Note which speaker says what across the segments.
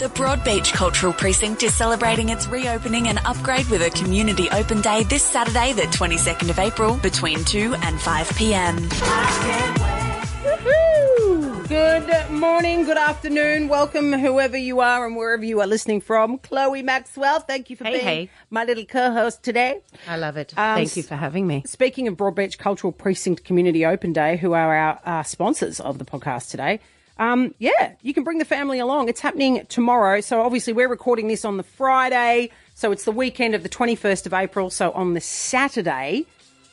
Speaker 1: The Broadbeach Cultural Precinct is celebrating its reopening and upgrade with a community open day this Saturday, the 22nd of April, between 2 and 5 pm.
Speaker 2: Woohoo! Good morning, good afternoon. Welcome, whoever you are and wherever you are listening from. Chloe Maxwell, thank you for
Speaker 3: Hey,
Speaker 2: being
Speaker 3: hey.
Speaker 2: my little co-host today.
Speaker 3: I love it.
Speaker 2: Um,
Speaker 3: Thank you for having me.
Speaker 2: Speaking of Broadbeach Cultural Precinct Community Open Day, who are our uh, sponsors of the podcast today. Um, yeah, you can bring the family along. It's happening tomorrow. So obviously we're recording this on the Friday. So it's the weekend of the 21st of April. So on the Saturday,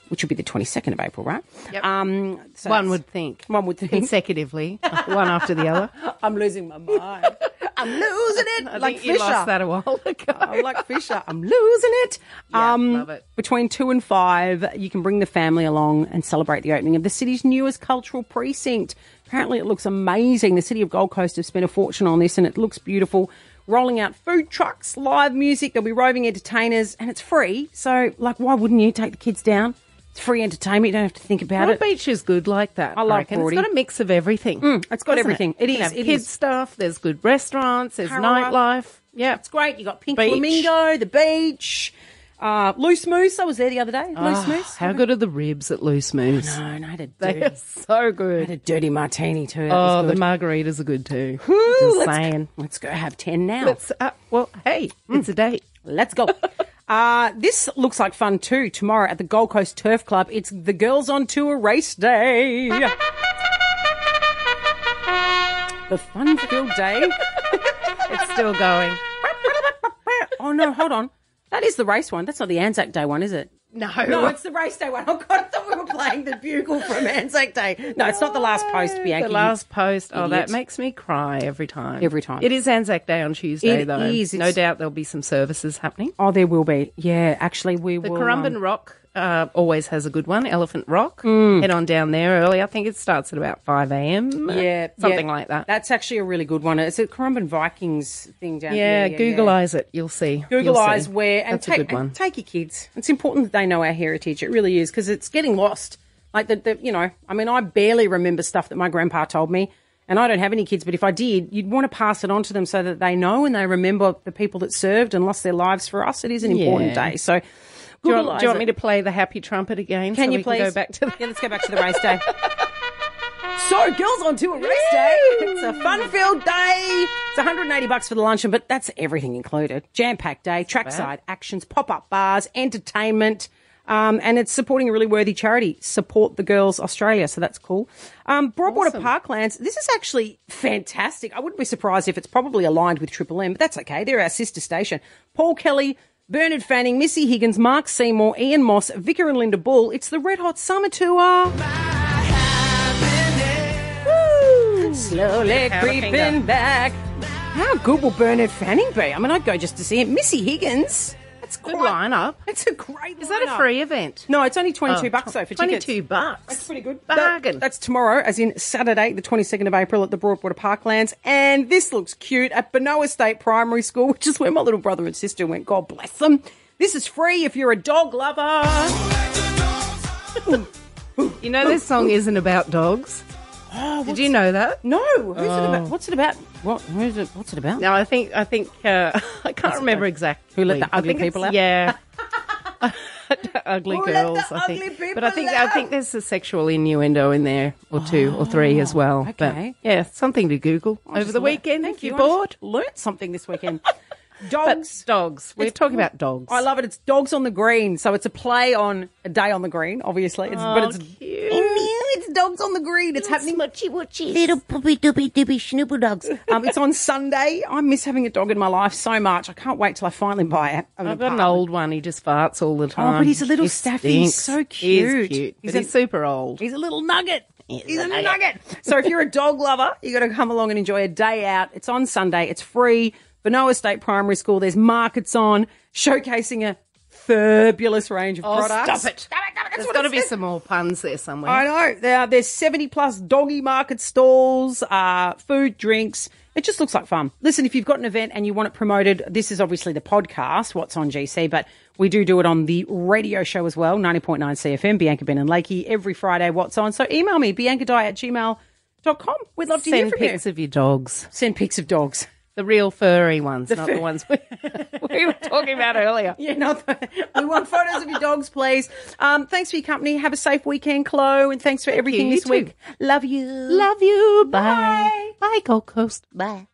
Speaker 2: which would be the 22nd of April, right? Um, so
Speaker 3: One
Speaker 2: it's-
Speaker 3: would think
Speaker 2: One would think.
Speaker 3: consecutively, one after the other.
Speaker 2: I'm losing my mind. I'm losing it.
Speaker 3: I
Speaker 2: like Fisher.
Speaker 3: think you lost that a while ago.
Speaker 2: I'm like Fisher. I'm losing it. Um,
Speaker 3: Yeah, love it.
Speaker 2: Between two and five, you can bring the family along and celebrate the opening of the city's newest cultural precinct. Apparently, it looks amazing. The city of Gold Coast have spent a fortune on this, and it looks beautiful. Rolling out food trucks, live music. There'll be roving entertainers, and it's free. So, like, why wouldn't you take the kids down? It's free entertainment. You don't have to think about
Speaker 3: Broad
Speaker 2: it.
Speaker 3: Beach is good like that. I
Speaker 2: love
Speaker 3: reckon.
Speaker 2: Broadie.
Speaker 3: It's got a mix of everything.
Speaker 2: it's got
Speaker 3: doesn't
Speaker 2: everything. It
Speaker 3: You
Speaker 2: is,
Speaker 3: know,
Speaker 2: it
Speaker 3: kids
Speaker 2: is.
Speaker 3: stuff. There's good restaurants. There's
Speaker 2: Carrara.
Speaker 3: nightlife. Yeah,
Speaker 2: It's great. You got Pink
Speaker 3: Beach.
Speaker 2: Flamingo, the beach, uh, Loose Moose. I was there the other day. Loose Moose.
Speaker 3: How good are the ribs at Loose Moose?
Speaker 2: No, no, I had a dirty,
Speaker 3: They are so
Speaker 2: I had
Speaker 3: good.
Speaker 2: a dirty martini too. That
Speaker 3: Oh,
Speaker 2: was
Speaker 3: the
Speaker 2: good.
Speaker 3: margaritas are good too.
Speaker 2: Oh. Ooh,
Speaker 3: Just
Speaker 2: let's,
Speaker 3: saying.
Speaker 2: let's go have 10 now. Let's,
Speaker 3: It's, uh, well, hey, it's a date.
Speaker 2: go. uh, this looks like fun too. Tomorrow at the Gold Coast Turf Club, it's the Girls on Tour Race Day. The fun filled day.
Speaker 3: It's still going.
Speaker 2: oh, no, hold on. That is the race one. That's not the Anzac Day one, is it?
Speaker 3: No,
Speaker 2: No, it's the race day one. Oh God, I thought we were playing the bugle from Anzac Day. No, it's not the last post, Bianca.
Speaker 3: The last post. Oh,
Speaker 2: idiot.
Speaker 3: that makes me cry every time.
Speaker 2: Every time.
Speaker 3: It is Anzac Day on Tuesday,
Speaker 2: It
Speaker 3: though.
Speaker 2: is.
Speaker 3: No
Speaker 2: It's-
Speaker 3: doubt there'll be some services happening.
Speaker 2: Oh, there will be. Yeah, actually, we
Speaker 3: The
Speaker 2: will.
Speaker 3: Currumbin
Speaker 2: um,
Speaker 3: Rock uh, always has a good one, Elephant Rock. Head on down there early. I think it starts at about 5 a.m.
Speaker 2: yeah,
Speaker 3: uh, Something
Speaker 2: yeah.
Speaker 3: like that.
Speaker 2: That's actually a really good one. It's a Currumbin Vikings thing down
Speaker 3: yeah,
Speaker 2: here.
Speaker 3: Google
Speaker 2: yeah.
Speaker 3: eyes it. You'll see.
Speaker 2: Google
Speaker 3: You'll
Speaker 2: eyes
Speaker 3: see.
Speaker 2: where and
Speaker 3: That's
Speaker 2: take
Speaker 3: a good one.
Speaker 2: and take your kids. It's important that they know our heritage. It really is because it's getting lost. Like the, the, you know, I mean, I barely remember stuff that my grandpa told me, and I don't have any kids. But if I did, you'd want to pass it on to them so that they know and they remember the people that served and lost their lives for us. It is an important
Speaker 3: Yeah.
Speaker 2: day. So,
Speaker 3: do you,
Speaker 2: Google
Speaker 3: want,
Speaker 2: eyes
Speaker 3: do you want
Speaker 2: it.
Speaker 3: me to play the happy trumpet again?
Speaker 2: Can
Speaker 3: so
Speaker 2: you
Speaker 3: we
Speaker 2: please
Speaker 3: go back to the
Speaker 2: Yeah, let's go back to the race day. so, girls on tour race day. It's a fun-filled day. It's 180 bucks for the luncheon, but that's everything included. Jam-packed day, trackside actions, pop-up bars, entertainment. Um, and it's supporting a really worthy charity, Support the Girls Australia. So that's cool. Um, Broadwater Parklands, this is actually fantastic. I wouldn't be surprised if it's probably aligned with Triple M, but that's okay. They're our sister station. Paul Kelly, Bernard Fanning, Missy Higgins, Mark Seymour, Ian Moss, Vicar and Linda Bull. It's the Red Hot Summer Tour. Woo! Slowly
Speaker 3: Powder
Speaker 2: creeping
Speaker 3: finger.
Speaker 2: back. How good will Bernard Fanning be? I mean, I'd go just to see him. Missy Higgins. That's
Speaker 3: good
Speaker 2: quite-
Speaker 3: lineup.
Speaker 2: It's a great.
Speaker 3: Is that
Speaker 2: lineup.
Speaker 3: a free event?
Speaker 2: No, it's only twenty-two
Speaker 3: Oh,
Speaker 2: bucks though for tickets.
Speaker 3: 22 bucks.
Speaker 2: That's pretty good.
Speaker 3: Bargain.
Speaker 2: That- that's tomorrow, as in Saturday, the 22nd of April at the Broadwater Parklands. And this looks cute at Benoa State Primary School, which is where my little brother and sister went. God bless them. This is free if you're a dog lover.
Speaker 3: you know, this song isn't about dogs. Did you know that?
Speaker 2: No, who's
Speaker 3: Oh.
Speaker 2: it about? What's it about? What? Who's it? What's it about?
Speaker 3: No, I think I think uh, I can't remember exactly.
Speaker 2: Who let the
Speaker 3: I
Speaker 2: ugly
Speaker 3: think it's-
Speaker 2: people out?
Speaker 3: Yeah. ugly
Speaker 2: Who let
Speaker 3: girls,
Speaker 2: the
Speaker 3: I think.
Speaker 2: ugly people
Speaker 3: but I think I
Speaker 2: out? Oh,
Speaker 3: think there's a sexual innuendo in there, or two, or three as well.
Speaker 2: okay.
Speaker 3: But yeah, something to Google over
Speaker 2: Just
Speaker 3: the
Speaker 2: lear-
Speaker 3: weekend
Speaker 2: Thank
Speaker 3: if you're
Speaker 2: I
Speaker 3: bored.
Speaker 2: just Learnt something this weekend.
Speaker 3: But
Speaker 2: Dogs.
Speaker 3: dogs. We're
Speaker 2: It's-
Speaker 3: talking about dogs.
Speaker 2: I love it. It's dogs on the green, so it's a play on a day on the green. Obviously, it's, but
Speaker 3: Oh,
Speaker 2: it's
Speaker 3: cute.
Speaker 2: it's dogs on the green. It's happening.
Speaker 4: Little puppy dooby dooby schnooble dogs.
Speaker 2: Um, it's on Sunday. I miss having a dog in my life so much. I can't wait till I finally buy it.
Speaker 3: I've got an old one. He just farts all the time.
Speaker 2: but he's a little
Speaker 3: He
Speaker 2: staffy. He's
Speaker 3: stinks.
Speaker 2: so
Speaker 3: He is
Speaker 2: cute.
Speaker 3: cute,
Speaker 2: He's
Speaker 3: but
Speaker 2: a-
Speaker 3: he's super old.
Speaker 2: He's a little nugget. He's a nugget. so if you're a dog lover, you got to come along and enjoy a day out. It's on Sunday. It's free. Benoa State Primary School. There's markets on showcasing a fabulous range of products.
Speaker 3: Oh, stop
Speaker 2: Stop
Speaker 3: it.
Speaker 2: it! Stop it. That's
Speaker 3: There's
Speaker 2: what
Speaker 3: got to
Speaker 2: it
Speaker 3: be
Speaker 2: says.
Speaker 3: some more puns there somewhere.
Speaker 2: I know. There are, there's 70 plus doggy market stalls, uh, food, drinks. It just looks like fun. Listen, if you've got an event and you want it promoted, this is obviously the podcast, What's on GC, but we do do it on the radio show as well, 90.9 CFM, Bianca Ben and Lakey, every Friday, What's on. So email me, biancadie at gmail.com. We'd love to hear
Speaker 3: Send
Speaker 2: from
Speaker 3: pics
Speaker 2: you.
Speaker 3: of your dogs.
Speaker 2: Send pics of dogs.
Speaker 3: The real furry ones, not
Speaker 2: fur-
Speaker 3: the ones we, we were talking about earlier.
Speaker 2: Yeah, not the, we want photos of your dogs, please. Um, thanks for your company. Have a safe weekend, Chloe, and thanks for everything
Speaker 3: you
Speaker 2: this
Speaker 3: too.
Speaker 2: week. Love you.
Speaker 3: Love you. Bye. Bye, Gold Coast.
Speaker 4: Bye.